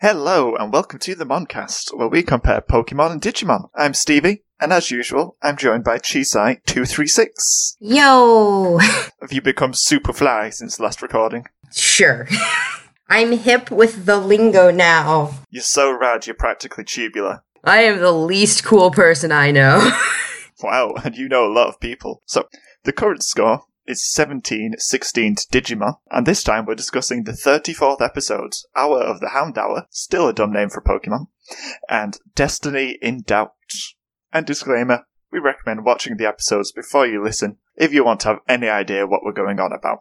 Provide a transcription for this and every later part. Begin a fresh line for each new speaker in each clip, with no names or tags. Hello, and welcome to the Moncast, where we compare Pokemon and Digimon. I'm Stevie, and as usual, I'm joined by Cheeseye236.
Yo!
Have you become super fly since the last recording?
sure. I'm hip with the lingo now.
You're so rad, you're practically tubular.
I am the least cool person I know.
Wow, and you know a lot of people. So, the current score is 17 16 to Digimon, and this time we're discussing the 34th episode, Hour of the Hound Hour, still a dumb name for Pokemon, and Destiny in Doubt. And disclaimer we recommend watching the episodes before you listen if you want to have any idea what we're going on about.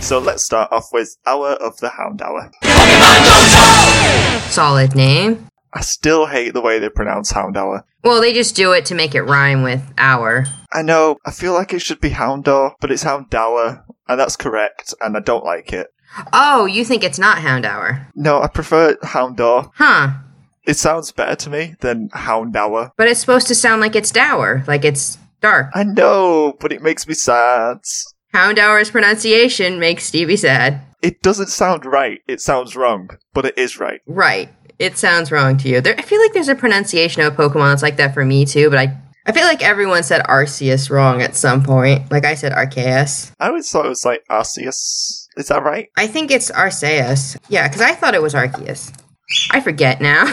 So let's start off with Hour of the Hound Hour.
Solid name.
I still hate the way they pronounce Hound Hour.
Well, they just do it to make it rhyme with our.
I know, I feel like it should be Houndor, but it's Houndour, and that's correct, and I don't like it.
Oh, you think it's not Hound Hour?
No, I prefer Houndour.
Huh.
It sounds better to me than Houndour.
But it's supposed to sound like it's dour, like it's dark.
I know, but it makes me sad.
Hound Hour's pronunciation makes Stevie sad.
It doesn't sound right, it sounds wrong, but it is right.
Right. It sounds wrong to you. There, I feel like there's a pronunciation of Pokemon that's like that for me too, but I, I feel like everyone said Arceus wrong at some point. Like I said Arceus.
I always thought it was like Arceus. Is that right?
I think it's Arceus. Yeah, because I thought it was Arceus. I forget now.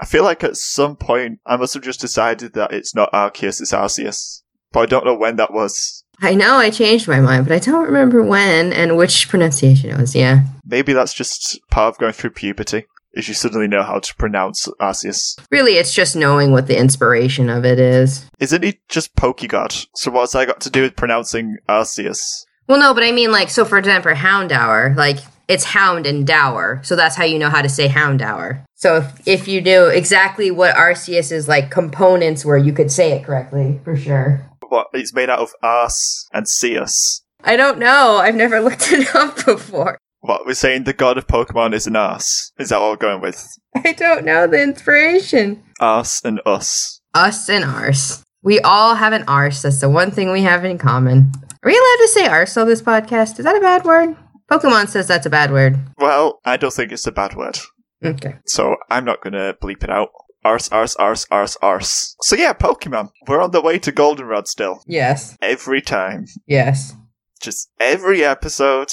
I feel like at some point I must have just decided that it's not Arceus, it's Arceus. But I don't know when that was.
I know I changed my mind, but I don't remember when and which pronunciation it was. Yeah.
Maybe that's just part of going through puberty, is you suddenly know how to pronounce Arceus.
Really, it's just knowing what the inspiration of it is.
Isn't he just Pokegod? So what's that got to do with pronouncing Arceus?
Well, no, but I mean, like, so for example, Hound Hour, like, it's Hound and Dower, so that's how you know how to say Hound Hour. So if, if you knew exactly what Arceus's, like, components were, you could say it correctly, for sure.
What, it's made out of arse and Seus.
I don't know. I've never looked it up before.
What, we're saying the god of Pokemon is an arse? Is that what we're going with?
I don't know the inspiration.
Arse and us.
Us and arse. We all have an arse. That's the one thing we have in common. Are we allowed to say arse on this podcast? Is that a bad word? Pokemon says that's a bad word.
Well, I don't think it's a bad word,
Okay.
so I'm not gonna bleep it out. Arse, arse, arse, arse, arse. So yeah, Pokemon. We're on the way to Goldenrod still.
Yes.
Every time.
Yes.
Just every episode.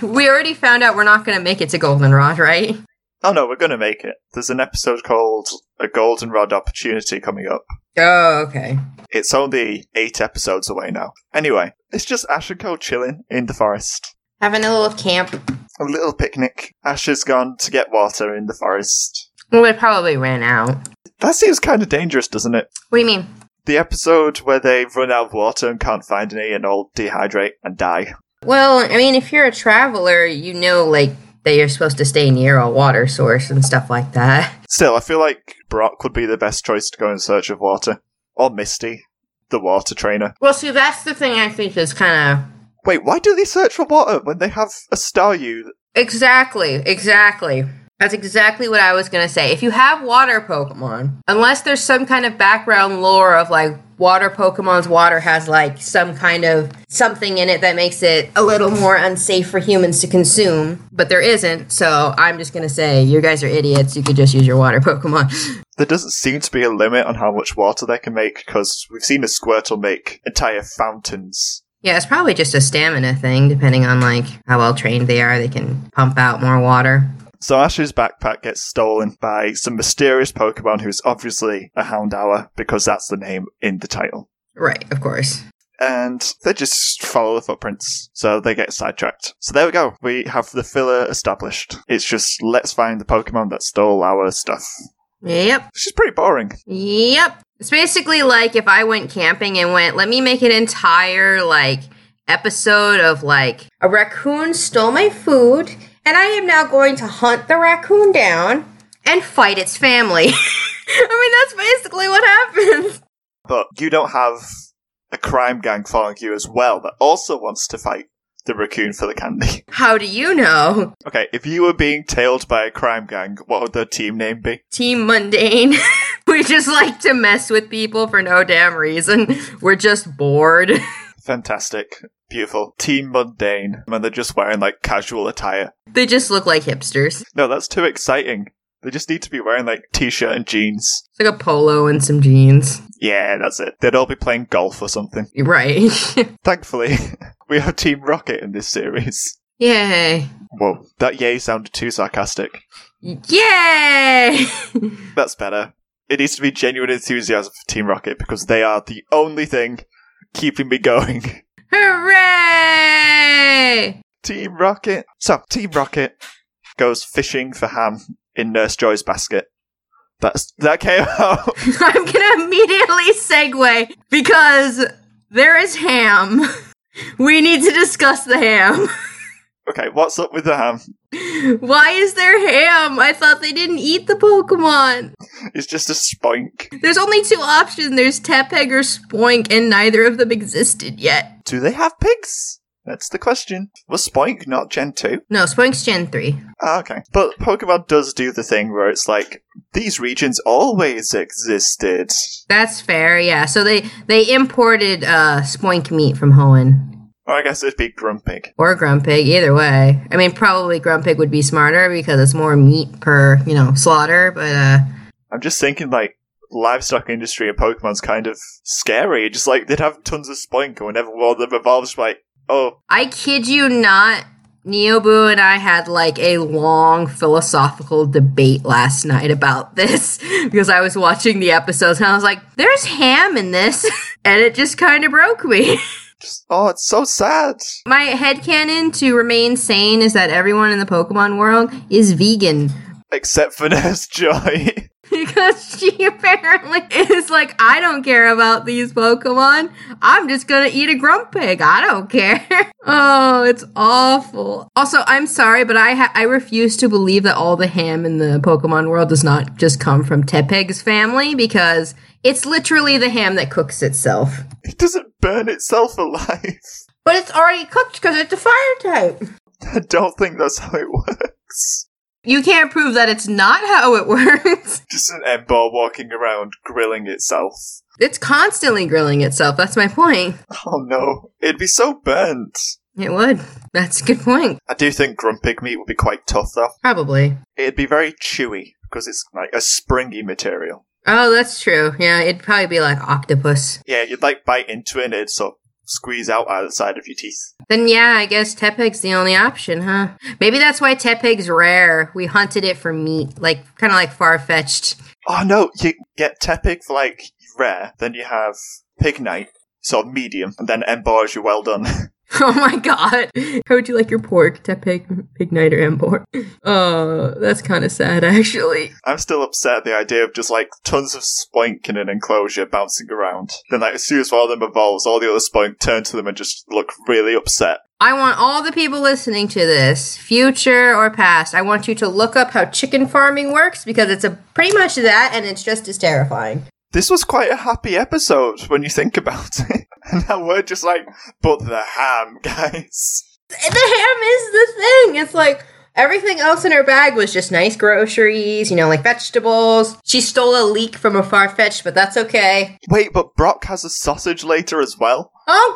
We already found out we're not going to make it to Goldenrod, right?
Oh no, we're gonna make it. There's an episode called A Goldenrod Opportunity coming up.
Oh, okay.
It's only eight episodes away now. Anyway, it's just Ash and Co chilling in the forest.
Having a little camp.
A little picnic. Ash has gone to get water in the forest.
Well, it probably ran out.
That seems kind of dangerous, doesn't it?
What do you mean?
The episode where they run out of water and can't find any and all dehydrate and die.
Well, I mean, if you're a traveler, you know, like, that you're supposed to stay near a water source and stuff like that.
Still, I feel like Brock would be the best choice to go in search of water. Or Misty, the water trainer.
Well, see, that's the thing I think is kind of.
Wait, why do they search for water when they have a Staryu?
Exactly, exactly. That's exactly what I was going to say. If you have water Pokemon, unless there's some kind of background lore of like water Pokemon's water has like some kind of something in it that makes it a little more unsafe for humans to consume, but there isn't. So I'm just going to say, you guys are idiots. You could just use your water Pokemon.
There doesn't seem to be a limit on how much water they can make because we've seen a Squirtle make entire fountains.
yeah, it's probably just a stamina thing, depending on like how well trained they are. They can pump out more water.
So Ash's backpack gets stolen by some mysterious Pokemon who's obviously a Houndour because that's the name in the title.
Right, of course.
and they just follow the footprints, so they get sidetracked. So there we go. We have the filler established. It's just let's find the Pokemon that stole our stuff.
Yep.
Which is pretty boring.
Yep. It's basically like if I went camping and went, let me make an entire like episode of like a raccoon stole my food and I am now going to hunt the raccoon down and fight its family. I mean, that's basically what happens.
But you don't have a crime gang following you as well that also wants to fight the raccoon for the candy.
How do you know?
Okay, if you were being tailed by a crime gang, what would their team name be?
Team Mundane. we just like to mess with people for no damn reason. We're just bored.
Fantastic. Beautiful. Team Mundane. And they're just wearing like casual attire.
they just look like hipsters.
No, that's too exciting. They just need to be wearing like t shirt and jeans.
It's like a polo and some jeans.
Yeah, that's it. They'd all be playing golf or something.
Right.
Thankfully, we have Team Rocket in this series.
Yay.
Whoa, that yay sounded too sarcastic.
Yay!
That's better. It needs to be genuine enthusiasm for Team Rocket because they are the only thing keeping me going.
Hooray!
Team Rocket. So, Team Rocket goes fishing for ham in Nurse Joy's basket. That's that came out.
I'm gonna immediately segue because there is ham. We need to discuss the ham.
okay, what's up with the ham?
Why is there ham? I thought they didn't eat the Pokemon.
It's just a spoink.
There's only two options there's Tepeg or Spoink, and neither of them existed yet.
Do they have pigs? That's the question. Was spoink not Gen 2?
No, Spoink's Gen 3.
Ah, okay. But Pokemon does do the thing where it's like, these regions always existed.
That's fair, yeah. So they they imported uh spoink meat from Hoenn
Or I guess it'd be Grumpig.
or Grumpig, either way. I mean, probably Grumpig would be smarter because it's more meat per, you know, slaughter, but uh
I'm just thinking like livestock industry and Pokemon's kind of scary. Just like they'd have tons of spoink and whenever one of them evolves, like, oh,
I kid you not, Neobu and I had like a long philosophical debate last night about this because I was watching the episodes and I was like, there's ham in this and it just kind of broke me.
just, oh, it's so sad.
My headcanon to remain sane is that everyone in the Pokemon world is vegan.
Except for Nurse Joy.
because she apparently is like, I don't care about these Pokemon. I'm just gonna eat a grump pig. I don't care. oh, it's awful. Also, I'm sorry, but I ha- I refuse to believe that all the ham in the Pokemon world does not just come from Tepeg's family because it's literally the ham that cooks itself.
it doesn't burn itself alive.
But it's already cooked because it's a fire type.
I don't think that's how it works.
You can't prove that it's not how it works.
Just an Ember walking around grilling itself.
It's constantly grilling itself. That's my point.
Oh no, it'd be so burnt.
It would. That's a good point.
I do think Grumpig meat would be quite tough though.
Probably.
It'd be very chewy because it's like a springy material.
Oh, that's true. Yeah, it'd probably be like octopus.
Yeah, you'd like bite into it and it'd sort of squeeze out either side of your teeth.
Then yeah, I guess Tepeg's the only option, huh? Maybe that's why Tepeg's rare. We hunted it for meat, like kind of like far fetched.
Oh no, you get Tepig for like rare, then you have Pig Knight, sort of medium, and then Embor is your well done.
Oh my god. How would you like your pork, Tepeg, Pignite, or Embor? Oh, that's kind of sad, actually.
I'm still upset at the idea of just like tons of spoink in an enclosure bouncing around. Then like as soon as one of them evolves, all the other spoink turn to them and just look really upset.
I want all the people listening to this, future or past, I want you to look up how chicken farming works because it's a pretty much that and it's just as terrifying.
This was quite a happy episode when you think about it. and now we're just like, but the ham, guys.
the ham is the thing. It's like everything else in her bag was just nice groceries, you know, like vegetables. She stole a leek from a far fetched, but that's okay.
Wait, but Brock has a sausage later as well?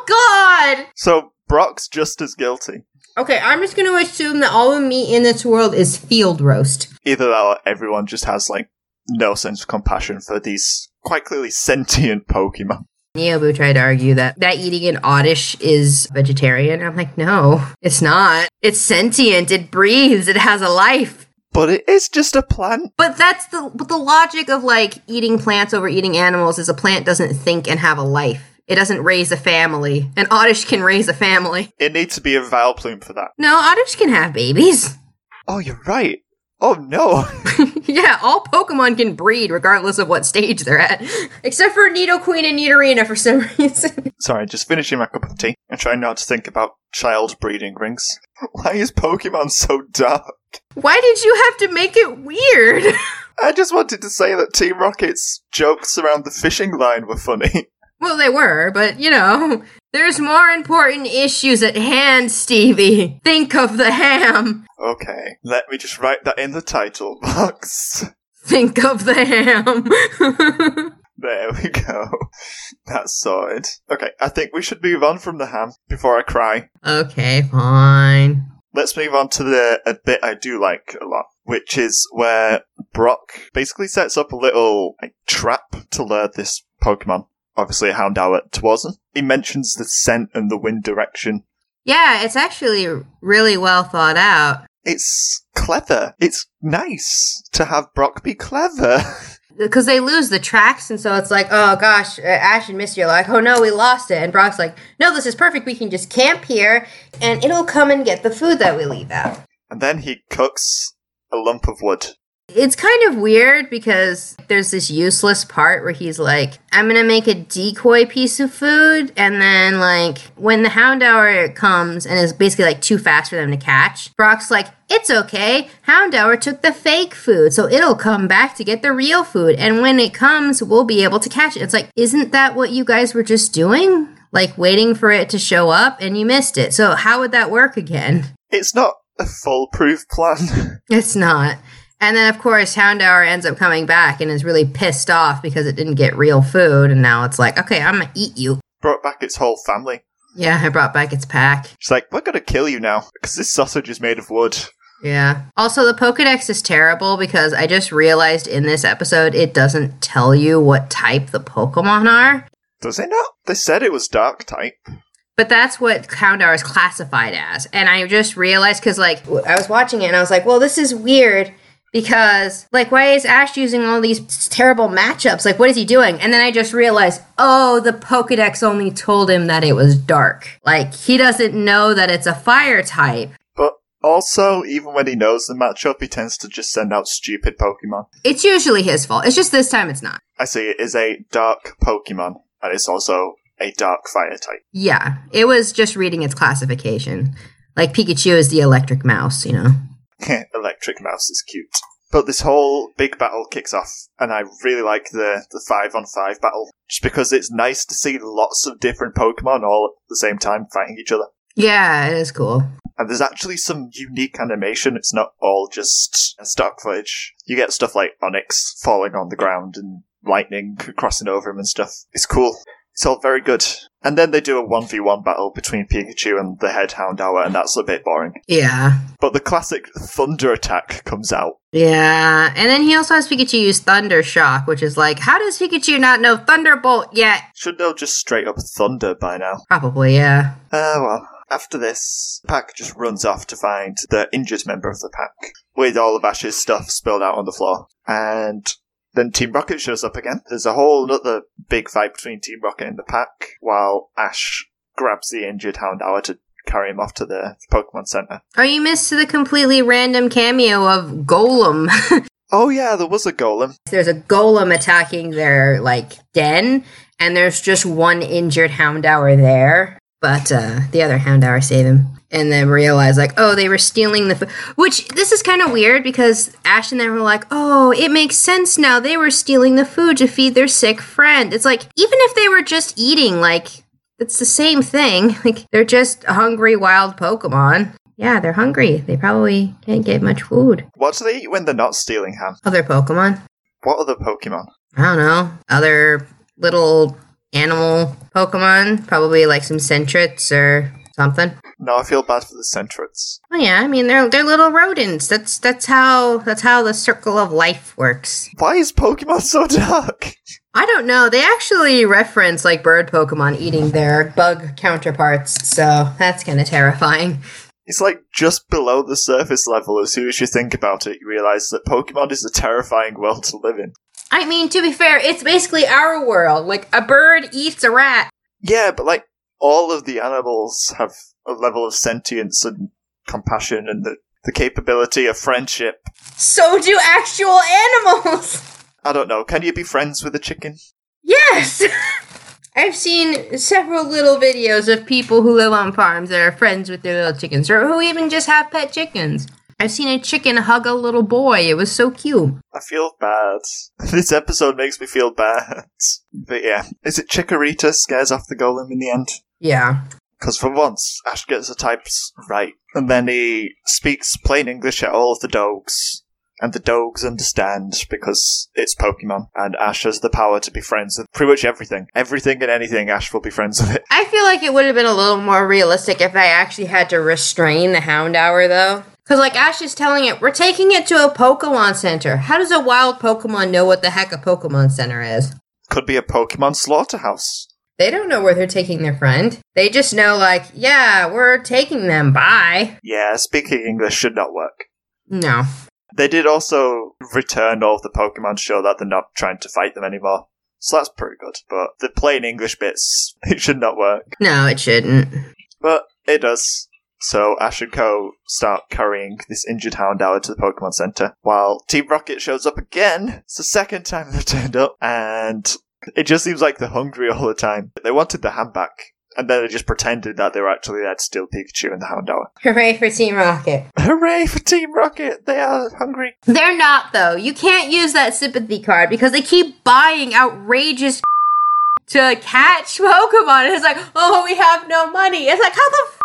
Oh God!
So Brock's just as guilty.
Okay, I'm just gonna assume that all the meat in this world is field roast.
Either that or everyone just has like no sense of compassion for these quite clearly sentient Pokemon.
Neobu tried to argue that that eating an oddish is vegetarian. I'm like, no, it's not. It's sentient. It breathes. It has a life.
But it is just a plant.
But that's the but the logic of like eating plants over eating animals is a plant doesn't think and have a life. It doesn't raise a family. An oddish can raise a family.
It needs to be a Vileplume for that.
No, oddish can have babies.
Oh, you're right. Oh no.
yeah, all Pokemon can breed regardless of what stage they're at. Except for Nidoqueen and Nidorina for some reason.
Sorry, just finishing my cup of tea and trying not to think about child breeding rings. Why is Pokemon so dark?
Why did you have to make it weird?
I just wanted to say that Team Rocket's jokes around the fishing line were funny.
Well, they were, but you know, there's more important issues at hand, Stevie. Think of the ham.
Okay, let me just write that in the title box.
Think of the ham.
There we go. That's sorted. Okay, I think we should move on from the ham before I cry.
okay, fine.
Let's move on to the a bit I do like a lot, which is where Brock basically sets up a little like, trap to lure this Pokemon, obviously a Houndour, towards him. He mentions the scent and the wind direction.
Yeah, it's actually really well thought out.
It's clever. It's nice to have Brock be clever.
Because they lose the tracks, and so it's like, oh gosh, uh, Ash and Misty are like, oh no, we lost it. And Brock's like, no, this is perfect. We can just camp here, and it'll come and get the food that we leave out.
and then he cooks a lump of wood.
It's kind of weird because there's this useless part where he's like, I'm gonna make a decoy piece of food, and then like when the hound hour comes and is basically like too fast for them to catch, Brock's like, It's okay, hound hour took the fake food, so it'll come back to get the real food, and when it comes, we'll be able to catch it. It's like, isn't that what you guys were just doing? Like waiting for it to show up and you missed it. So how would that work again?
It's not a foolproof plan.
It's not. And then, of course, Houndour ends up coming back and is really pissed off because it didn't get real food. And now it's like, okay, I'm going to eat you.
Brought back its whole family.
Yeah, I brought back its pack.
She's like, we're gonna kill you now, because this sausage is made of wood.
Yeah. Also, the Pokedex is terrible because I just realized in this episode it doesn't tell you what type the Pokemon are.
Does it not? They said it was dark type.
But that's what Houndour is classified as. And I just realized because, like, w- I was watching it and I was like, well, this is weird because, like, why is Ash using all these terrible matchups? Like, what is he doing? And then I just realized, oh, the Pokedex only told him that it was dark. Like, he doesn't know that it's a fire type.
But also, even when he knows the matchup, he tends to just send out stupid Pokemon.
It's usually his fault. It's just this time it's not.
I see it is a dark Pokemon, and it's also a dark fire type.
Yeah. It was just reading its classification. Like, Pikachu is the electric mouse, you know?
Heh, Electric Mouse is cute. But this whole big battle kicks off, and I really like the, the five on five battle, just because it's nice to see lots of different Pokemon all at the same time fighting each other.
Yeah, it is cool.
And there's actually some unique animation. It's not all just stock footage. You get stuff like Onyx falling on the ground and lightning crossing over him and stuff. It's cool. It's all very good. And then they do a 1v1 battle between Pikachu and the head Houndour, and that's a bit boring.
Yeah.
But the classic thunder attack comes out.
Yeah, and then he also has Pikachu use Thunder Shock, which is like, how does Pikachu not know Thunderbolt yet?
Should know just straight up thunder by now.
Probably, yeah.
Uh, well. After this, the pack just runs off to find the injured member of the pack, with all of Ash's stuff spilled out on the floor. And then Team Rocket shows up again. There's a whole other big fight between Team Rocket and the pack, while Ash grabs the injured Houndour to carry him off to the Pokemon Center.
Oh, you missed the completely random cameo of Golem.
Oh yeah, there was a golem.
there's a Golem attacking their, like, den, and there's just one injured Houndour there. But uh, the other Houndour save him. And then realize, like, oh, they were stealing the food. Which, this is kind of weird because Ash and them were like, oh, it makes sense now. They were stealing the food to feed their sick friend. It's like, even if they were just eating, like, it's the same thing. Like, they're just hungry, wild Pokemon. Yeah, they're hungry. They probably can't get much food.
What do they eat when they're not stealing ham?
Other Pokemon?
What other Pokemon?
I don't know, other little animal Pokemon, probably like some Sentrets or something.
No, I feel bad for the Centrets.
Oh yeah, I mean they're they're little rodents. That's that's how that's how the circle of life works.
Why is Pokemon so dark?
I don't know. They actually reference like bird Pokemon eating their bug counterparts, so that's kind of terrifying.
It's like just below the surface level. As soon as you think about it, you realize that Pokemon is a terrifying world to live in.
I mean, to be fair, it's basically our world. Like a bird eats a rat.
Yeah, but like all of the animals have a level of sentience and compassion and the, the capability of friendship.
So do actual animals.
I don't know. Can you be friends with a chicken?
Yes! I've seen several little videos of people who live on farms that are friends with their little chickens, or who even just have pet chickens. I've seen a chicken hug a little boy. It was so cute.
I feel bad. This episode makes me feel bad. But yeah, is it Chikorita scares off the golem in the end?
Yeah.
Because for once, Ash gets the types right. And then he speaks plain English at all of the dogs. And the dogs understand because it's Pokemon. And Ash has the power to be friends with pretty much everything. Everything and anything, Ash will be friends with it.
I feel like it would have been a little more realistic if I actually had to restrain the Hound Hour, though. Because, like, Ash is telling it, we're taking it to a Pokemon Center. How does a wild Pokemon know what the heck a Pokemon Center is?
Could be a Pokemon slaughterhouse.
They don't know where they're taking their friend. They just know, like, yeah, we're taking them. Bye.
Yeah, speaking English should not work.
No.
They did also return all of the Pokemon to show that they're not trying to fight them anymore. So that's pretty good. But the plain English bits, it should not work.
No, it shouldn't.
But it does. So Ash and Co. start carrying this injured Houndour to the Pokemon Center, while Team Rocket shows up again. It's the second time they've turned up, and it just seems like they're hungry all the time. They wanted the hand back, and then they just pretended that they were actually there to steal Pikachu and the Houndour.
Hooray for Team Rocket.
Hooray for Team Rocket! They are hungry.
They're not, though. You can't use that sympathy card because they keep buying outrageous to catch Pokemon. And it's like, oh, we have no money. It's like, how the f-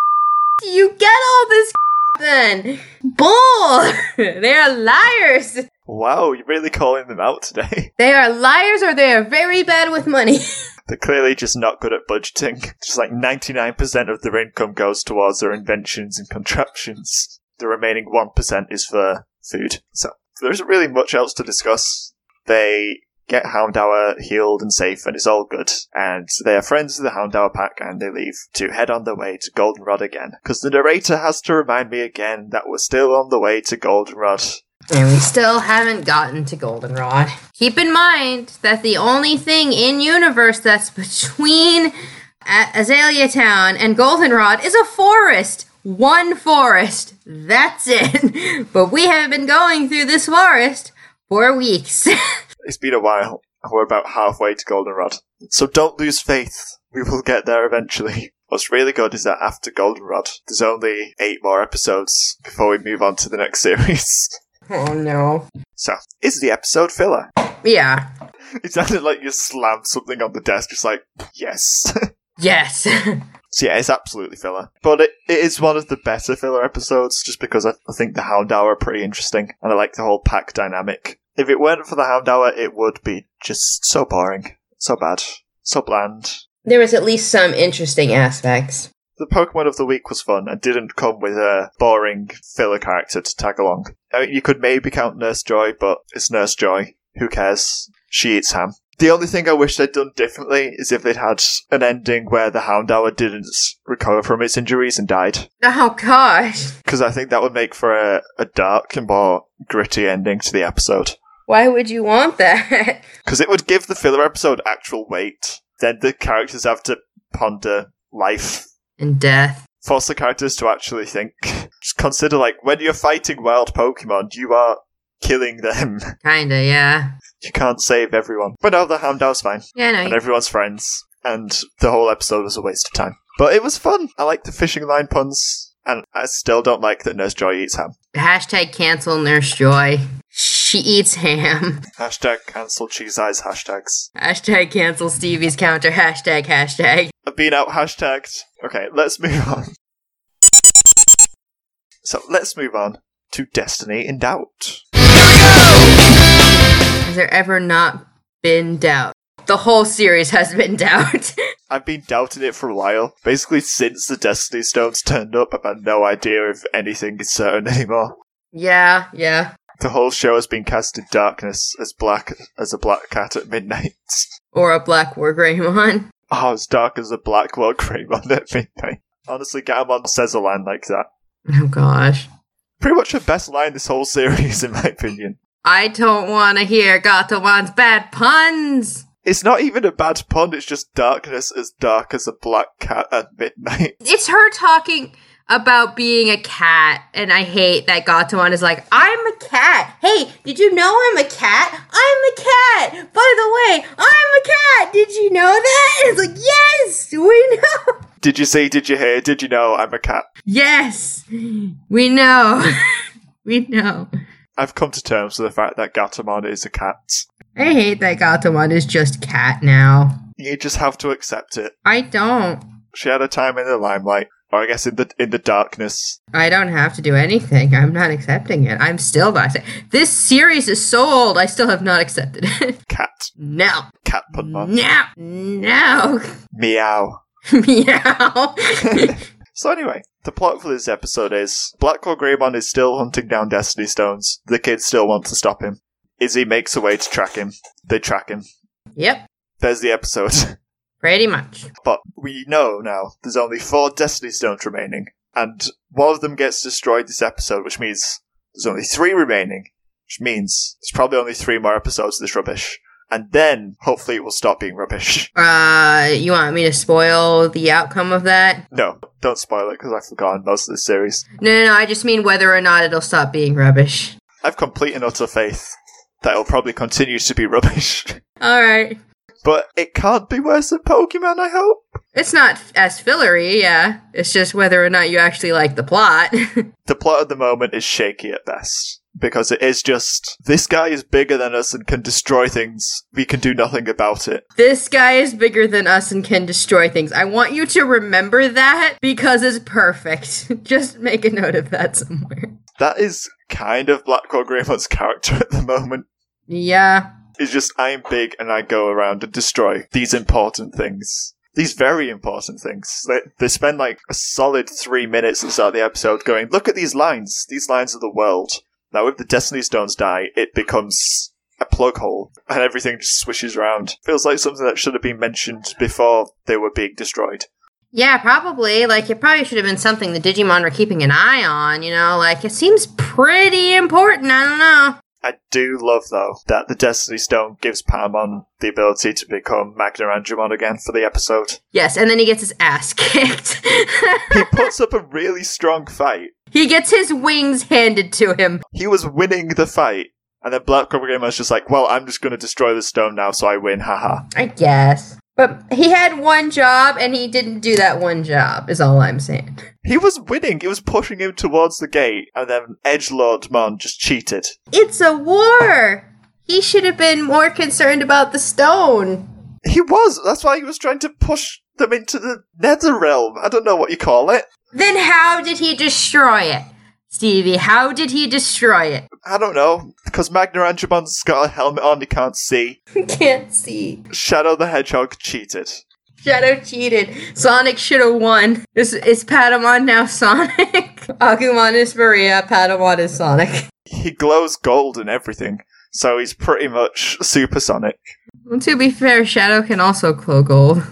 do you get all this then? Bull! They're liars.
Wow, you're really calling them out today.
They are liars or they are very bad with money.
They're clearly just not good at budgeting. Just like 99% of their income goes towards their inventions and contraptions. The remaining 1% is for food. So there isn't really much else to discuss. They get Houndour healed and safe, and it's all good. And they are friends with the Houndour pack, and they leave to head on their way to Goldenrod again. Because the narrator has to remind me again that we're still on the way to Goldenrod.
And we still haven't gotten to Goldenrod. Keep in mind that the only thing in universe that's between A- Azalea Town and Goldenrod is a forest. One forest. That's it. But we have been going through this forest for weeks.
It's been a while. and We're about halfway to Goldenrod. So don't lose faith. We will get there eventually. What's really good is that after Goldenrod, there's only eight more episodes before we move on to the next series.
oh no.
So, is the episode filler?
Yeah.
It sounded like you slammed something on the desk, just like, yes.
Yes.
so, yeah, it's absolutely filler. But it, it is one of the better filler episodes, just because I, I think the Houndour are pretty interesting, and I like the whole pack dynamic. If it weren't for the Houndour, it would be just so boring, so bad, so bland.
there was at least some interesting aspects.
The Pokemon of the Week was fun and didn't come with a boring filler character to tag along. I mean, you could maybe count Nurse Joy, but it's Nurse Joy. Who cares? She eats ham. The only thing I wish they'd done differently is if they'd had an ending where the Houndour didn't recover from its injuries and died.
Oh gosh.
Because I think that would make for a, a dark and more gritty ending to the episode.
Why would you want that?
Because it would give the filler episode actual weight. Then the characters have to ponder life
And death.
force the characters to actually think. Just consider, like, when you're fighting wild Pokemon, you are killing them.
Kinda, yeah.
You can't save everyone. But no, the Houndour's fine,
Yeah, no.
and everyone's friends, and the whole episode was a waste of time. But it was fun. I like the fishing line puns, and I still don't like that Nurse Joy eats ham.
Hashtag cancel Nurse Joy. She eats ham.
Hashtag cancel cheese eyes hashtags.
Hashtag cancel Stevie's counter. Hashtag hashtag.
I've been out hashtagged. Okay, let's move on. So let's move on to Destiny in Doubt.
Has there ever not been doubt? The whole series has been doubt.
I've been doubting it for a while. Basically, since the Destiny Stones turned up, I've had no idea if anything is certain anymore.
yeah, yeah.
The whole show has been cast in darkness, as black as a black cat at midnight.
Or a black war Greymon.
Oh, as dark as a black log Greymon at midnight. Honestly, Garamond says a line like that.
Oh gosh.
Pretty much the best line this whole series, in my opinion. I
don't want to hear Gatoman's bad puns.
It's not even a bad pun, it's just darkness as dark as a black cat at midnight.
It's her talking about being a cat, and I hate that Gatoman is like, I'm a cat. Hey, did you know I'm a cat? I'm a cat. By the way, I'm a cat. Did you know that? It's like, yes, we know.
Did you see, did you hear, did you know I'm a cat?
Yes, we know. We know.
I've come to terms with the fact that Gatomon is a cat.
I hate that Gatomon is just cat now.
You just have to accept it.
I don't.
She had a time in the limelight, or I guess in the in the darkness.
I don't have to do anything. I'm not accepting it. I'm still not. sa- This series is so old. I still have not accepted it.
Cat,
no.
cat Punmon,
No. No.
meow.
Meow.
So anyway, the plot for this episode is Blackhawk Greymon is still hunting down Destiny Stones. The kids still want to stop him. Izzy makes a way to track him. They track him.
yep.
There's the episode.
Pretty much.
but we know now there's only four Destiny Stones remaining, and one of them gets destroyed this episode, which means there's only three remaining, which means there's probably only three more episodes of this rubbish. And then hopefully it will stop being rubbish.
Uh, you want me to spoil the outcome of that?
No, don't spoil it because I've forgotten most of the series.
No, no, no. I just mean whether or not it'll stop being rubbish.
I've complete and utter faith that it'll probably continue to be rubbish.
All right.
but it can't be worse than Pokemon, I hope.
It's not f- as fillery, yeah. It's just whether or not you actually like the plot.
The plot at the moment is shaky at best. Because it is just, this guy is bigger than us and can destroy things. We can do nothing about it.
this guy is bigger than us and can destroy things. I want you to remember that because it's perfect. just make a note of that somewhere.
That is kind of Blackhawk Greymon's character at the moment.
Yeah.
It's just, I'm big and I go around and destroy these important things. These very important things. They, they spend like a solid three minutes at the start of the episode going, look at these lines. These lines are the world. Now, if the Destiny Stones die, it becomes a plug hole and everything just swishes around. Feels like something that should have been mentioned before they were being destroyed.
Yeah, probably. Like, it probably should have been something the Digimon were keeping an eye on, you know? Like, it seems pretty important. I don't know.
I do love, though, that the Destiny Stone gives Paramon the ability to become Magnarandramon again for the episode.
Yes, and then he gets his ass kicked.
He puts up a really strong fight.
he gets his wings handed to him.
he was winning the fight. And then Black Cobra Gamer was just like, well, I'm just going to destroy the stone now, so I win, haha.
I guess. But he had one job and he didn't do that one job, is all I'm saying.
He was winning, he was pushing him towards the gate, and then Edgelord Mon just cheated.
It's a war! He should have been more concerned about the stone.
He was, that's why he was trying to push them into the nether realm. I don't know what you call it.
Then how did he destroy it? Stevie, how did he destroy it?
I don't know, because Magnarantramon's got a helmet on, he can't see.
Can't see.
Shadow the Hedgehog cheated.
Shadow cheated. Sonic should have won. Is, is Patamon now Sonic? Agumon is Maria, Patamon is Sonic.
He glows gold and everything, so he's pretty much supersonic.
Well, to be fair, Shadow can also glow gold.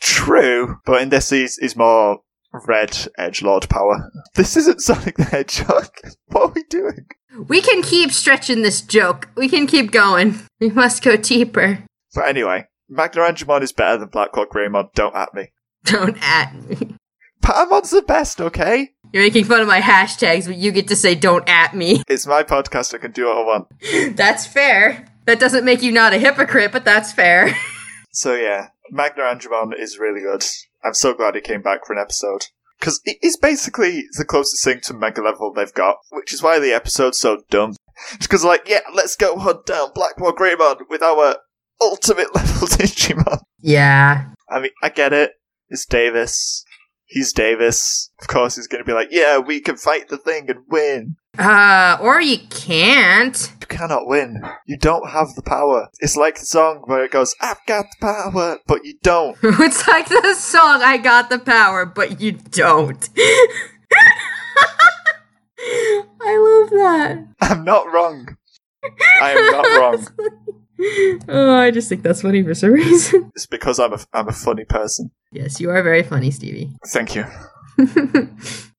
True, but in this is is more red edge lord power. This isn't Sonic the Hedgehog. What are we doing?
We can keep stretching this joke. We can keep going. We must go deeper.
But anyway, Magnarangemon is better than Blackhawk Greymon. Don't at me.
Don't at me.
Patamon's the best, okay?
You're making fun of my hashtags, but you get to say don't at me.
It's my podcast. I can do what I want.
That's fair. That doesn't make you not a hypocrite, but that's fair.
So yeah, Magnarangemon is really good. I'm so glad he came back for an episode. Because it is basically the closest thing to mega level they've got, which is why the episode's so dumb. It's because, like, yeah, let's go hunt down Blackhawk Greymon with our ultimate level Digimon.
Yeah.
I mean, I get it. It's Davis. He's Davis. Of course, he's going to be like, yeah, we can fight the thing and win.
Uh, or you can't.
You cannot win. You don't have the power. It's like the song where it goes, I've got the power, but you don't.
it's like the song, I got the power, but you don't. I love that.
I'm not wrong. I am not wrong.
oh, I just think that's funny for some reason.
It's because I'm a, I'm a funny person.
Yes, you are very funny, Stevie.
Thank you.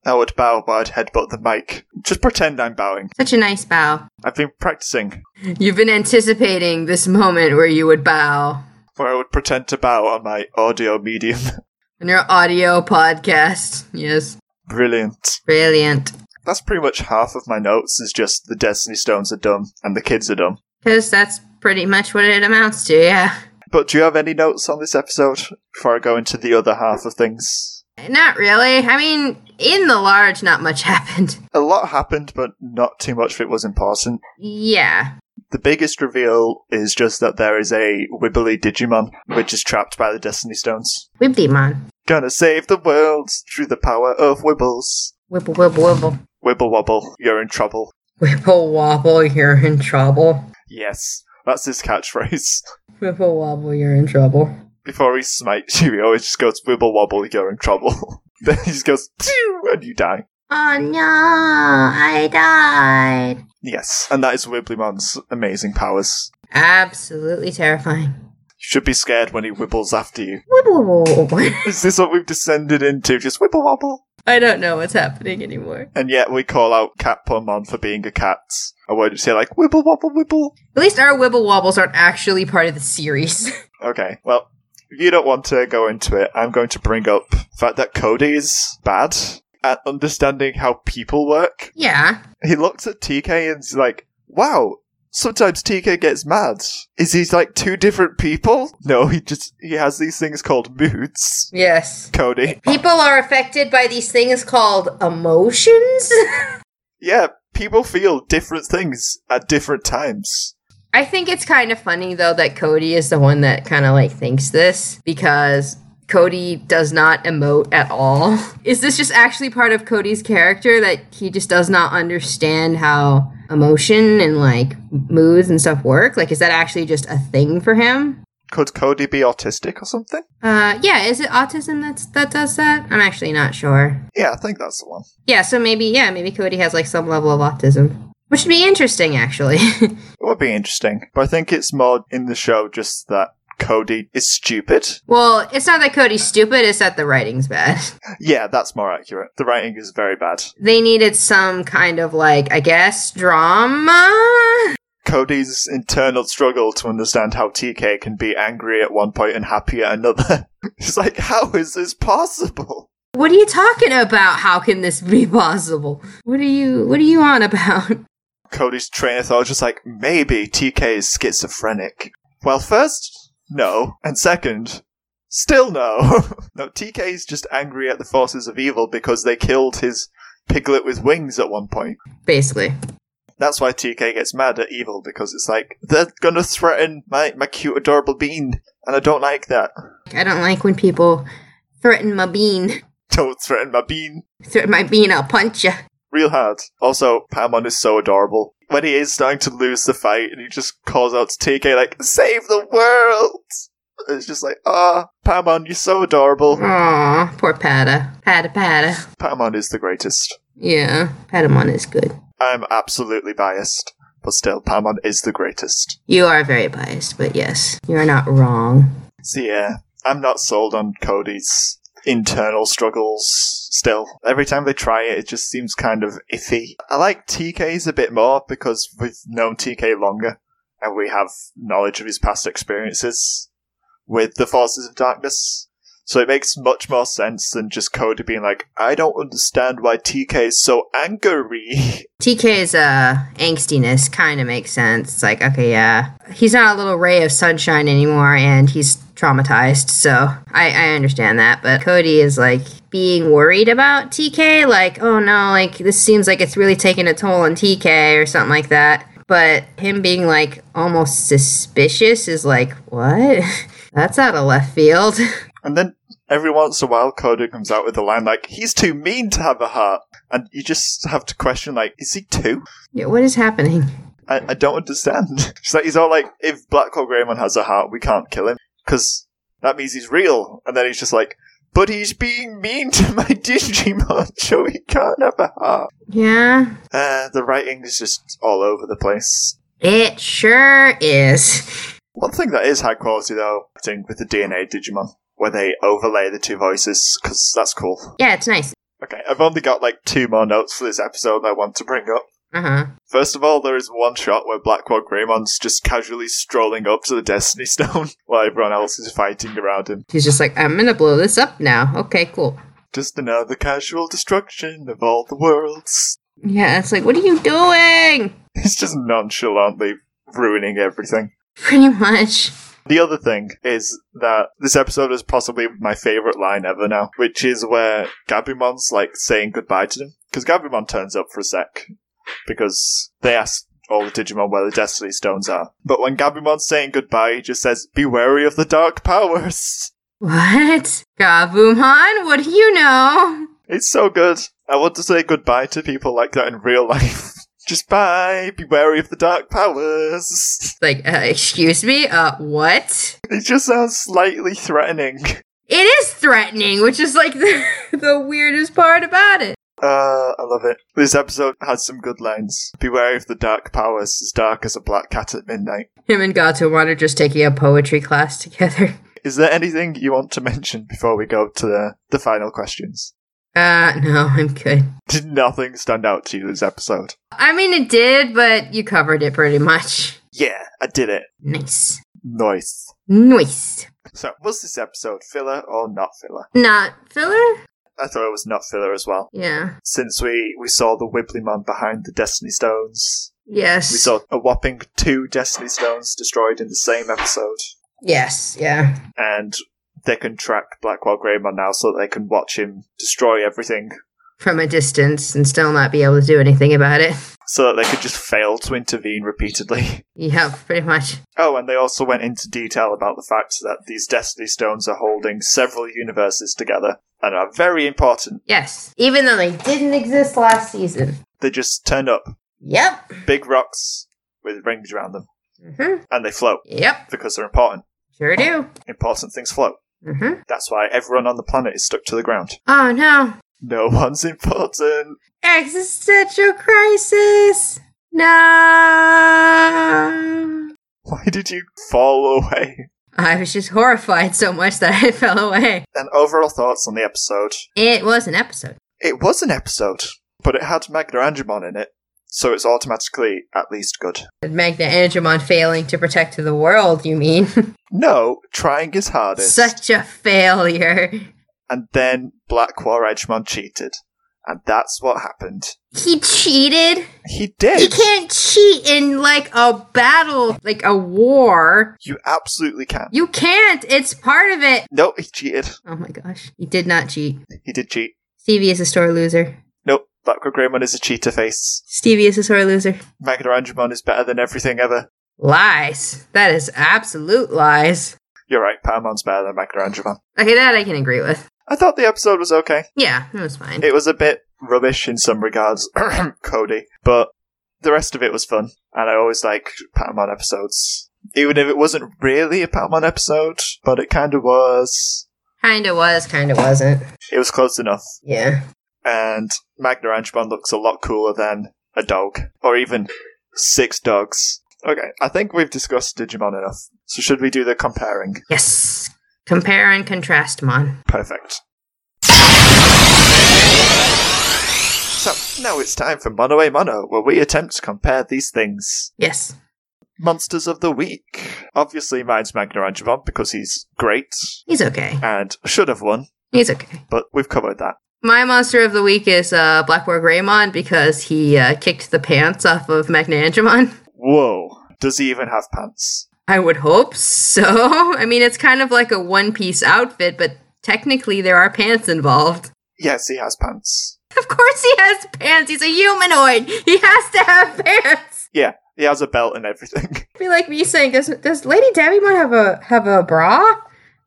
I would bow, but I'd headbutt the mic. Just pretend I'm bowing.
Such a nice bow.
I've been practicing
You've been anticipating this moment where you would bow
where I would pretend to bow on my audio medium.
in your audio podcast. Yes.
Brilliant.
Brilliant.
That's pretty much half of my notes is just the Destiny Stones are dumb and the kids are dumb.
Because that's pretty much what it amounts to, yeah.
But do you have any notes on this episode before I go into the other half of things?
Not really. I mean, in the large, not much happened.
A lot happened, but not too much of it was important.
Yeah.
The biggest reveal is just that there is a wibbly Digimon, which is trapped by the Destiny Stones.
Wibdemon.
Gonna save the world through the power of wibbles.
Wibble, wibble, wibble.
Wibble wobble, you're in trouble.
Wibble, wobble, you're in trouble.
Yes, that's his catchphrase.
Wibble, wobble, you're in trouble.
Before he smites you, he always just goes wibble wobble, you're in trouble. then he just goes, "Phew," and you die.
Oh no, I died.
Yes, and that is Wibblymon's amazing powers.
Absolutely terrifying.
You should be scared when he wibbles after you.
Wibble, wobble, wobble.
Is this what we've descended into? Just wibble wobble.
I don't know what's happening anymore.
And yet we call out Catpomon for being a cat. And we're just here like, wibble wobble wibble.
At least our wibble wobbles aren't actually part of the series.
Okay, well, if you don't want to go into it, I'm going to bring up the fact that Cody is bad at understanding how people work.
yeah.
He looks at TK and is like, wow, sometimes TK gets mad. Is he like two different people? No, he just, he has these things called moods.
Yes.
Cody.
People are affected by these things called emotions.
Yeah, people feel different things at different times.
I think it's kind of funny though that Cody is the one that kind of like thinks this because Cody does not emote at all. Is this just actually part of Cody's character that he just does not understand how emotion and like moods and stuff work? Like, is that actually just a thing for him?
Could Cody be autistic or something?
Uh, yeah, is it autism that's that does that? I'm actually not sure.
Yeah, I think that's the one.
Yeah, so maybe yeah, maybe Cody has like some level of autism, which would be interesting actually.
It would be interesting, but I think it's more in the show just that Cody is stupid
well, it's not that Cody's stupid; it's that the writing's bad.
Yeah, that's more accurate. The writing is very bad.
they needed some kind of like i guess drama
Cody's internal struggle to understand how TK can be angry at one point and happy at another. It's like, how is this possible?
what are you talking about how can this be possible what are you what are you on about
Cody's train of thought is just like, maybe TK is schizophrenic. Well, first, no. And second, still no. no, TK is just angry at the forces of evil because they killed his piglet with wings at one point.
basically
That's why TK gets mad at evil because it's like they're gonna threaten my my cute adorable bean, and I don't like that.
i don't like when people threaten my bean
Don't threaten my bean
threaten my bean i'll punch you
real hard. Also, Paimon is so adorable. When he is starting to lose the fight, and he just calls out to TK like "Save the world," it's just like ah, Paimon, you're so adorable.
Aw, poor Pata. Pata Pata.
Paimon is the greatest.
Yeah, Patamon is good.
I'm absolutely biased, but still, Paimon is the greatest.
You are very biased, but yes, you are not wrong.
So yeah, I'm not sold on Cody's internal struggles still. Every time they try it, it just seems kind of iffy. I like TK's a bit more because we've known TK longer and we have knowledge of his past experiences with the forces of darkness. So it makes much more sense than just Cody being like, I don't understand why TK is so angry.
TK's uh angstiness kind of makes sense. It's like, okay, yeah, he's not a little ray of sunshine anymore, and he's traumatized. So I, I understand that. But Cody is like being worried about TK, like, oh no, like this seems like it's really taking a toll on TK or something like that. But him being like almost suspicious is like, what? That's out of left field.
And then every once in a while, Coda comes out with a line like, he's too mean to have a heart. And you just have to question, like, is he too?
yeah, what is happening?
I, I don't understand. It's like he's all like, if Black Hole Greymon has a heart, we can't kill him because that means he's real. And then he's just like, but he's being mean to my Digimon, so he can't have a heart.
Yeah,
Uh, the writing is just all over the place.
it sure is.
One thing that is high quality though, I think, with the DNA Digimon, where they overlay the two voices because that's cool.
Yeah, it's nice.
Okay, I've only got like two more notes for this episode I want to bring up.
Uh huh.
First of all, there is one shot where Blackwell Greymon's just casually strolling up to the Destiny Stone while everyone else is fighting around him.
He's just like, I'm gonna blow this up now. Okay, cool.
Just another casual destruction of all the worlds.
Yeah, it's like, what are you doing?
He's just nonchalantly ruining everything.
Pretty much.
The other thing is that this episode is possibly my favourite line ever now, which is where Gabumon's like saying goodbye to them. Because Gabumon turns up for a sec because they ask all the Digimon where the Destiny Stones are. But when Gabumon's saying goodbye, he just says, Be wary of the dark powers.
What? Gabumon, what do you know?
It's so good. I want to say goodbye to people like that in real life. Just bye, be wary of the dark powers.
It's Like, uh, excuse me? Uh, what?
It just sounds slightly threatening.
It is threatening, which is like the, the weirdest part about it.
Uh, I love it. This episode has some good lines. Be wary of the dark powers, as dark as a black cat at midnight.
Him and Gatomon are just taking a poetry class together.
Is there anything you want to mention before we go to the, the final questions?
Uh, no, I'm good.
Did nothing stand out to you this episode?
I mean, it did, but you covered it pretty much.
Yeah, I did it.
Nice.
Nice.
Nice.
So, was this episode filler or not filler?
Not filler?
I thought it was not filler as well.
Yeah.
Since we, we saw the Wibblimon behind the Destiny Stones,
Yes.
we saw a whopping two Destiny Stones destroyed in the same episode,
yes, yeah.
and they can track Blackwell Greymon now so they can watch him destroy everything
From a distance and still not be able to do anything about it.
so that they could just fail to intervene repeatedly.
Yeah, pretty much.
Oh, and they also went into detail about the fact that these Destiny Stones are holding several universes together and are very important.
Yes. Even though they didn't exist last season.
They just turn up,
Yep.
big rocks with rings around them,
Mm-hmm.
and they float
Yep.
because they're important.
Sure do.
Important things float.
Mm-hmm.
That's why everyone on the planet is stuck to the ground.
Oh no.
No one's important.
Existential crisis. No.
Why did you fall away?
I was just horrified so much that I fell away.
And overall thoughts on the episode.
It was an episode.
It was an episode, but it had Magnarangimon in it, so it's automatically at least good.
Magna Angemon failing to protect the world, you mean?
No, trying his hardest.
Such a failure.
and then Black War Edgemon cheated. And that's what happened.
He cheated.
He did.
He can't cheat in like a battle, like a war.
You absolutely can.
You can't. It's part of it.
No, he cheated.
Oh my gosh. He did not cheat.
He did cheat.
Stevie is a sore loser.
Nope, Black War Greymon is a cheater face.
Stevie is a sore loser.
Magnarangimon is better than everything ever.
Lies. That is absolute lies.
You're right, Pamon's better than Magnarangimon.
Okay, that I can agree with.
I thought the episode was okay.
Yeah, that was fine.
It was a bit rubbish in some regards, Cody, but the rest of it was fun, and I always like Patamon episodes. Even if it wasn't really a Patamon episode, but it kind of was.
Kinda was, kinda wasn't.
It was close enough,
Yeah.
and Magnarangimon looks a lot cooler than a dog, or even six dogs. Okay, I think we've discussed Digimon enough, so should we do the comparing?
Yes. Compare and contrast, Mon.
Perfect. So, now it's time for Mono a Mono, where we attempt to compare these things.
Yes.
Monsters of the Week. Obviously, mine's Magnarangimon because he's great
He's okay.
and should have won,
He's okay.
but we've covered that.
My monster of the week is uh, Blackboard Greymon because he uh, kicked the pants off of Magnangemon.
Whoa. Does he even have pants?
I would hope so. I mean, it's kind of like a one piece outfit, but technically there are pants involved.
Yes, he has pants.
Of course he has pants. He's a humanoid. He has to have pants.
Yeah, he has a belt and everything.
Be like me saying, does, does Lady Davimon have a have a bra?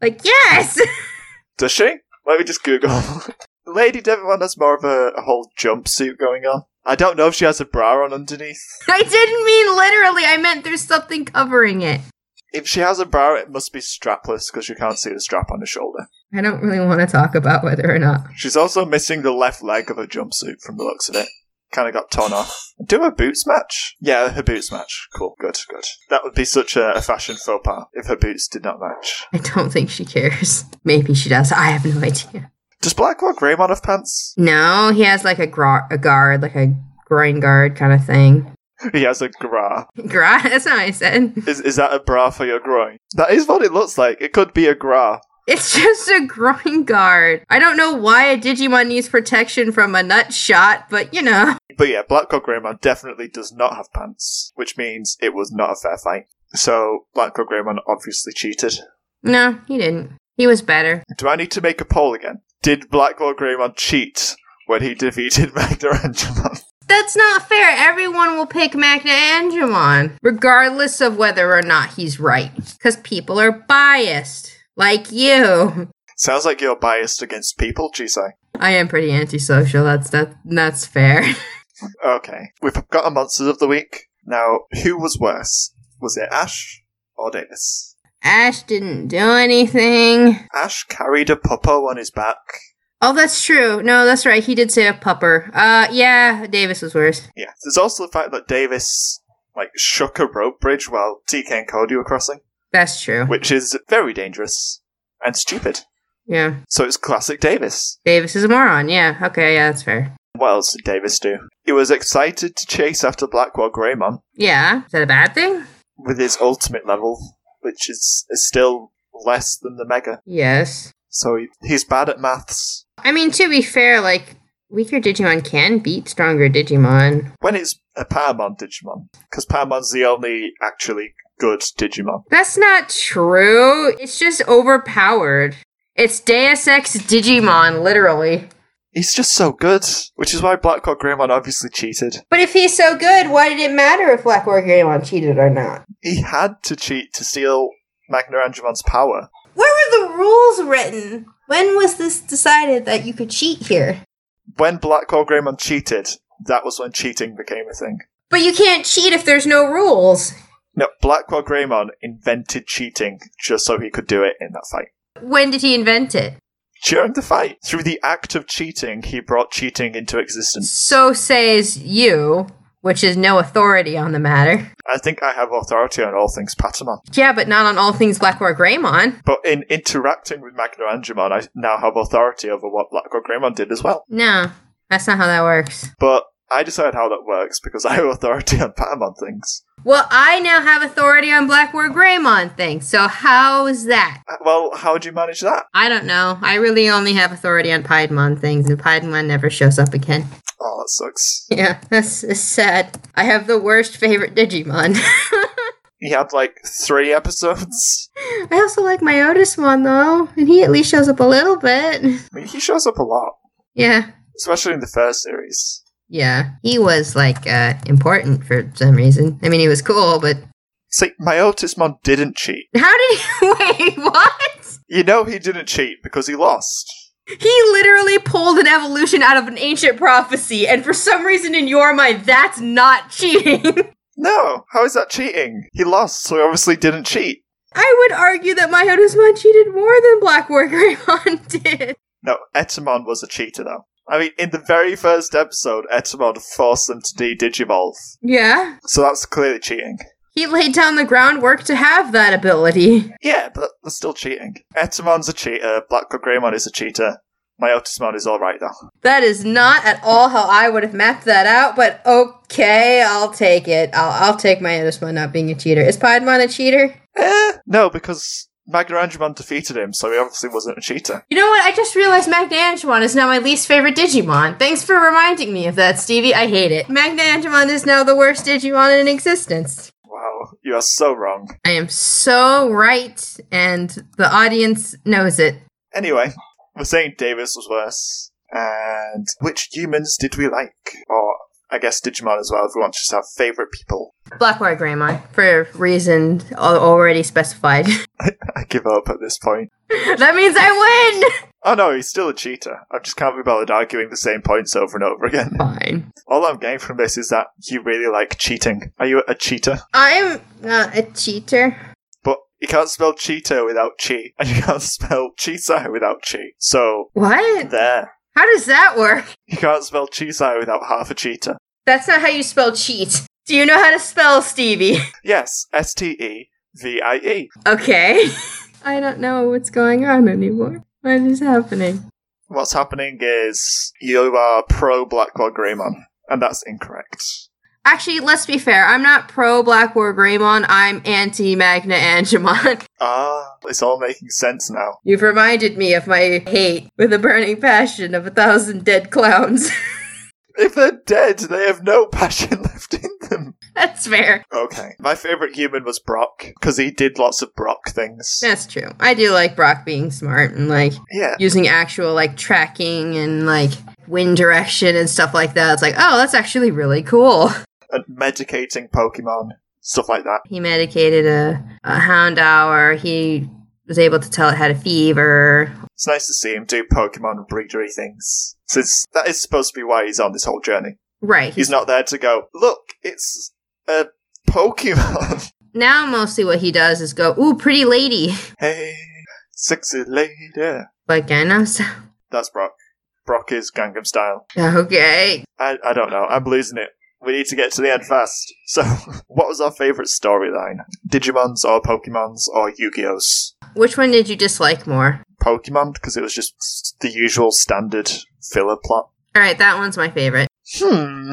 Like, yes.
Does she? Let me just Google. Lady Devon has more of a, a whole jumpsuit going on. I don't know if she has a bra on underneath.
I didn't mean literally. I meant there's something covering it.
If she has a bra, it must be strapless because you can't see the strap on her shoulder.
I don't really want to talk about whether or not.
She's also missing the left leg of her jumpsuit from the looks of it. Kind of got torn off. Do her boots match? Yeah, her boots match. Cool, good, good. That would be such a, a fashion faux pas if her boots did not match.
I don't think she cares. Maybe she does. I have no idea.
Does Blackwell Greymon have pants?
No, he has like a, gro- a guard, like a groin guard kind of thing.
He has a gra.
Gra? That's not what I said.
Is, is that a bra for your groin? That is what it looks like. It could be a gra.
It's just a groin guard. I don't know why a Digimon needs protection from a nut shot, but you know.
But yeah, Blackwell Greymon definitely does not have pants, which means it was not a fair fight. So Blackrock Greymon obviously cheated.
No, he didn't. He was better.
Do I need to make a poll again? Did Blacklaw Greymon cheat when he defeated Magna Angemon?
That's not fair. Everyone will pick Magna Angemon, regardless of whether or not he's right. Because people are biased, like you.
Sounds like you're biased against people, Jisai.
I am pretty antisocial. That's that. That's fair.
Okay, we've got a Monsters of the Week. Now, who was worse? Was it Ash or Davis?
Ash didn't do anything.
Ash carried a puppo on his back.
Oh, that's true. No, that's right. He did say a pupper. Uh, yeah, Davis was worse.
Yeah. There's also the fact that Davis, like, shook a rope bridge while TK and Cody were crossing,
That's true.
which is very dangerous and stupid.
Yeah,
So it's classic Davis.
Davis is a moron. Yeah. Okay. Yeah, that's fair.
What else did Davis do? He was excited to chase after Blackwell Greymon
Yeah. Is that a bad thing?
with his ultimate level, which is, is still less than the Mega.
Yes.
So he, he's bad at maths.
I mean, to be fair, like weaker Digimon can beat stronger Digimon.
When it's a Paramon Digimon, because Paramon's the only actually good Digimon.
That's not true. It's just overpowered. It's Deus Ex Digimon, literally.
He's just so good, which is why Blackhawk Greymon obviously cheated.
But if he's so good, why did it matter if Black War Greymon cheated or not?
He had to cheat to steal Magna Angemon's power.
Where were the rules written? When was this decided that you could cheat here?
When Blackhawk Greymon cheated, that was when cheating became a thing.
But you can't cheat if there's no rules.
No, Blackwell Greymon invented cheating just so he could do it in that fight.
When did he invent it?
During the fight, through the act of cheating, he brought cheating into existence.
So says you, which is no authority on the matter.
I think I have authority on all things Patamon.
Yeah, but not on all things Black War Greymon.
But in interacting with Magna Angemon, I now have authority over what Blackwell Greymon did as well.
No, that's not how that works.
But I decide how that works because I have authority on Patamon things.
Well, I now have authority on Black War Greymon things, so how's that?
Uh, Well, how do you manage that?
I don't know. I really only have authority on Piedmon things, and Piedmon never shows up again.
Oh, that sucks.
Yeah, that's, that's sad. I have the worst favorite Digimon.
He had like three episodes.
I also like my Otismon, though, and he at least shows up a little bit.
I mean, he shows up a lot,
Yeah.
especially in the first series.
Yeah. He was, like, uh, important for some reason. I mean, he was cool, but.
See, Myotismon didn't cheat.
How did he. Wait, what?
You know he didn't cheat because he lost.
He literally pulled an evolution out of an ancient prophecy, and for some reason in your mind, that's not cheating.
No, how is that cheating? He lost, so he obviously didn't cheat.
I would argue that my Otismon cheated more than Black War Greymon did.
No, Etamon was a cheater though. I mean, in the very first episode, Etamon forced them to de-digivolve,
Yeah.
so that's clearly cheating.
He laid down the groundwork to have that ability.
Yeah, but that's still cheating. Etamon's a cheater, Black Greymon is a cheater, Myotismon is alright though.
That is not at all how I would have mapped that out, but okay, I'll take it. I'll, I'll take my Otismon not being a cheater. Is Piedmon a cheater?
Eh, no, because Magnarangemon defeated him, so he obviously wasn't a cheater.
You know what? I just realized Magnangemon is now my least favorite Digimon. Thanks for reminding me of that, Stevie. I hate it. Magnangemon is now the worst Digimon in existence.
Wow, you are so wrong.
I am so right, and the audience knows it.
Anyway, we're saying Davis was worse. And which humans did we like? Or I guess Digimon as well, if we want to just have favourite people.
Blackwater Greymon, for reason al- already specified.
I give up at this point.
that means I win!
Oh no, he's still a cheater. I just can't be bothered arguing the same points over and over again.
Fine.
All I'm getting from this is that you really like cheating. Are you a cheater?
I'm not a cheater.
But you can't spell cheater without chi, and you can't spell cheetah without chi. So,
What?
there.
How does that work?
You can't spell cheetah without half a cheater.
That's not how you spell cheat. Do you know how to spell Stevie?
Yes, S T E V I E.
Okay. I don't know what's going on anymore. What is happening?
What's happening is you are pro Blackwell Greymon, and that's incorrect.
Actually, let's be fair. I'm not pro Black War Greymon. I'm anti Magna Angemon.
Ah, it's all making sense now.
You've reminded me of my hate with a burning passion of a thousand dead clowns.
If they're dead, they have no passion left in them.
That's fair.
Okay. My favorite human was Brock because he did lots of Brock things.
That's true. I do like Brock being smart and like
Yeah.
using actual like tracking and like wind direction and stuff like that. It's like, oh, that's actually really cool.
And medicating Pokemon, stuff like that.
He medicated a, a hound hour. He was able to tell it had a fever.
It's nice to see him do Pokemon breedery things. Since that is supposed to be why he's on this whole journey.
Right.
He's not there to go, look, it's a Pokemon.
now mostly what he does is go, ooh, pretty lady.
hey, sexy lady.
Like Gangnam Style.
That's Brock. Brock is Gangnam Style.
Okay.
I, I don't know. I'm losing it. We need to get to the end fast. So, what was our favourite storyline? Digimon's or Pokemon's or Yu Gi Oh's?
Which one did you dislike more?
Pokemon, because it was just the usual standard filler plot.
All right, that one's my favorite.
Hmm.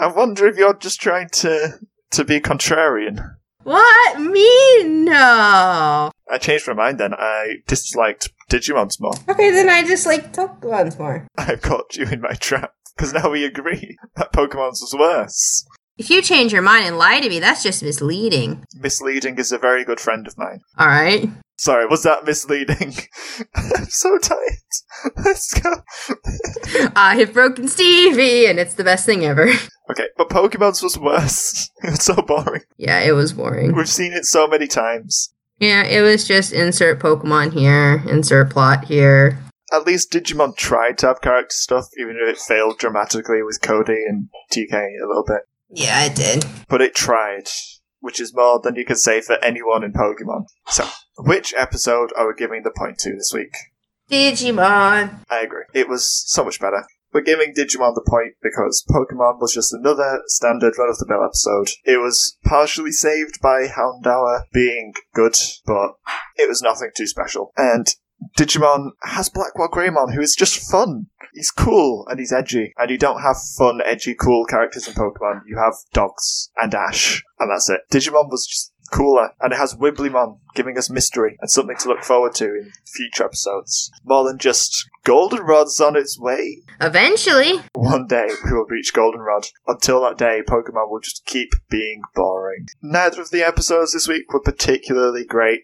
I wonder if you're just trying to to be contrarian.
What? Me? No.
I changed my mind then. I disliked Digimon's more.
Okay, then I just like talk once more.
I caught you in my trap. Because now we agree that Pokemon's was worse.
If you change your mind and lie to me, that's just misleading.
Misleading is a very good friend of mine.
All right.
Sorry, was that misleading? I'm so tired. Let's go.
I have broken Stevie, and it's the best thing ever.
Okay, but Pokemon's was worse. It was so boring.
yeah, it was boring.
We've seen it so many times.
Yeah, it was just insert Pokemon here, insert plot here.
At least Digimon tried to have character stuff, even if it failed dramatically with Cody and TK a little bit.
Yeah, I did.
But it tried, which is more than you can say for anyone in Pokemon. So, which episode are we giving the point to this week?
Digimon.
I agree. It was so much better. We're giving Digimon the point because Pokemon was just another standard run of the mill episode. It was partially saved by Houndour being good, but it was nothing too special. And Digimon has Blackwell Greymon, who is just fun. He's cool and he's edgy. And you don't have fun, edgy, cool characters in Pokemon. You have dogs and Ash, and that's it. Digimon was just cooler, and it has Wibblimon giving us mystery and something to look forward to in future episodes. More than just Goldenrod's on its way.
Eventually,
One day we will reach Goldenrod. Until that day, Pokemon will just keep being boring. Neither of the episodes this week were particularly great,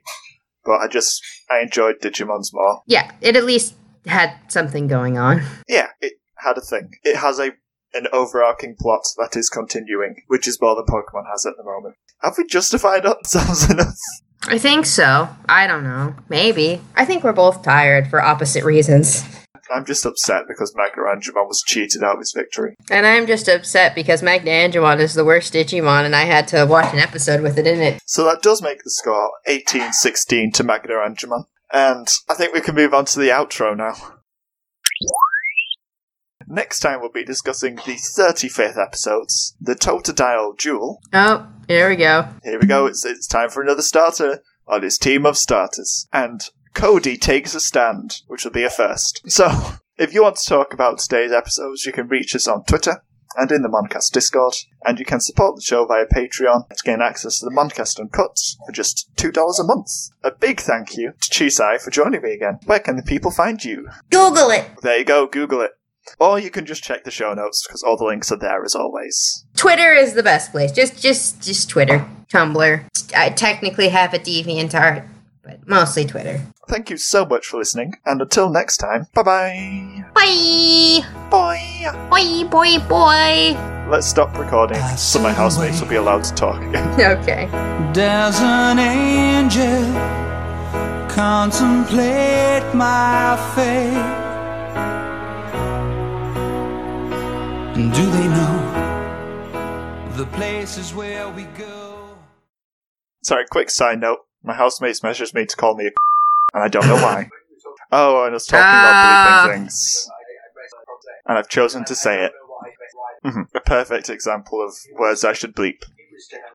but I just I enjoyed Digimon's more.
yeah, it at least had something going on.
Yeah, it had a thing. It has a an overarching plot that is continuing, which is more than Pokemon has at the moment. Have we justified ourselves enough?
I think so. I don't know. Maybe. I think we're both tired for opposite reasons.
I'm just upset because Macarangemon was cheated out of his victory.
And I'm just upset because Magnangemon is the worst Digimon, and I had to watch an episode with it in it.
So that does make the score 18-16 to Macarangemon. And I think we can move on to the outro now. Next time we'll be discussing the 35th episodes, the Totodile Duel.
Oh, here we go.
Here we go. It's, it's time for another starter on his team of starters. And Cody takes a stand, which will be a first. So, if you want to talk about today's episodes, you can reach us on Twitter and in the Moncast Discord. And you can support the show via Patreon to gain access to the Moncast Uncut for just $2 a month. A big thank you to Chisai for joining me again. Where can the people find you?
Google it.
There you go, Google it. Or you can just check the show notes, because all the links are there as always.
Twitter is the best place. Just, just, just Twitter, Tumblr. I technically have a DeviantArt, but mostly Twitter.
Thank you so much for listening, and until next time, bye bye!
Bye,
Boy!
boy, boy, boy.
Let's stop recording so my housemates will be allowed to talk again.
Okay.
Does an angel contemplate my fate? And do they know the places where we go?
Sorry, quick side note. My housemates messaged me to call me a and I don't know why. Oh, and I was talking
Ah.
about bleeping things. And I've chosen to say it. Mhm, A perfect example of words I should bleep.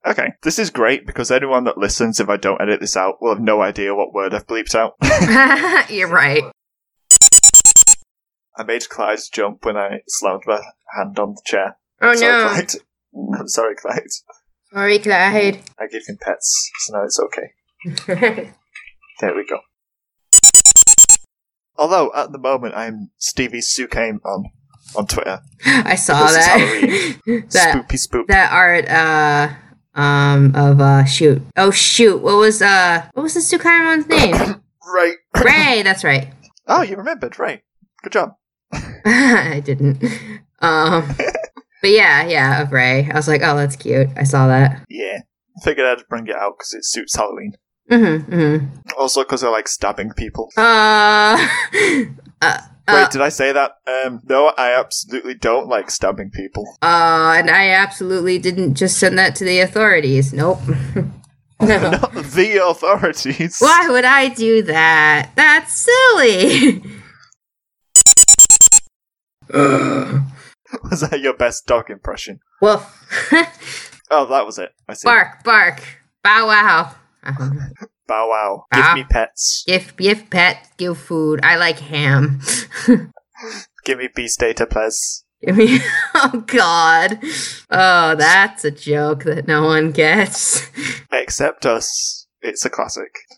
Okay, this is great because anyone that listens, if I don't edit this out, will have no idea what word I've bleeped out.
You're right.
I made Clyde jump when I slammed my hand on the chair.
Oh
sorry,
no.
Clyde. I'm sorry, Clyde.
Sorry, Clyde.
I give him pets, so now it's okay. There we go. Although at the moment I'm Stevie Sukame on. on Twitter.
I saw
This is
that.
Halloween.
Oh, that
Spoopy spoop.
that art uh um of uh shoot. Oh shoot. What was uh what was the Tsukaimon's name?
Right.
Ray, that's right.
Oh, you remembered. Right. Good job.
I didn't. Um But yeah, yeah, of Ray. I was like, oh, that's cute. I saw that.
Yeah. Figured I'd bring it out because it suits Halloween.
Mm-hmm. mm-hmm.
Also because I like stabbing people.
Uh, uh, uh,
Wait, did I say that? Um, no, I absolutely don't like stabbing people.
uh, and I absolutely didn't just send that to the authorities. Nope. no.
Not the authorities.
Why would I do that? That's silly.
Was that your best dog impression?
well,
Oh, that was it. I see.
bark, bark, bow wow. Uh-huh.
Bow wow.
Bow.
Give me pets.
Give, give pet, give food. I like ham.
Give me beast data, please.
I mean, oh God, oh that's a joke that no one gets.
Except us. It's a classic.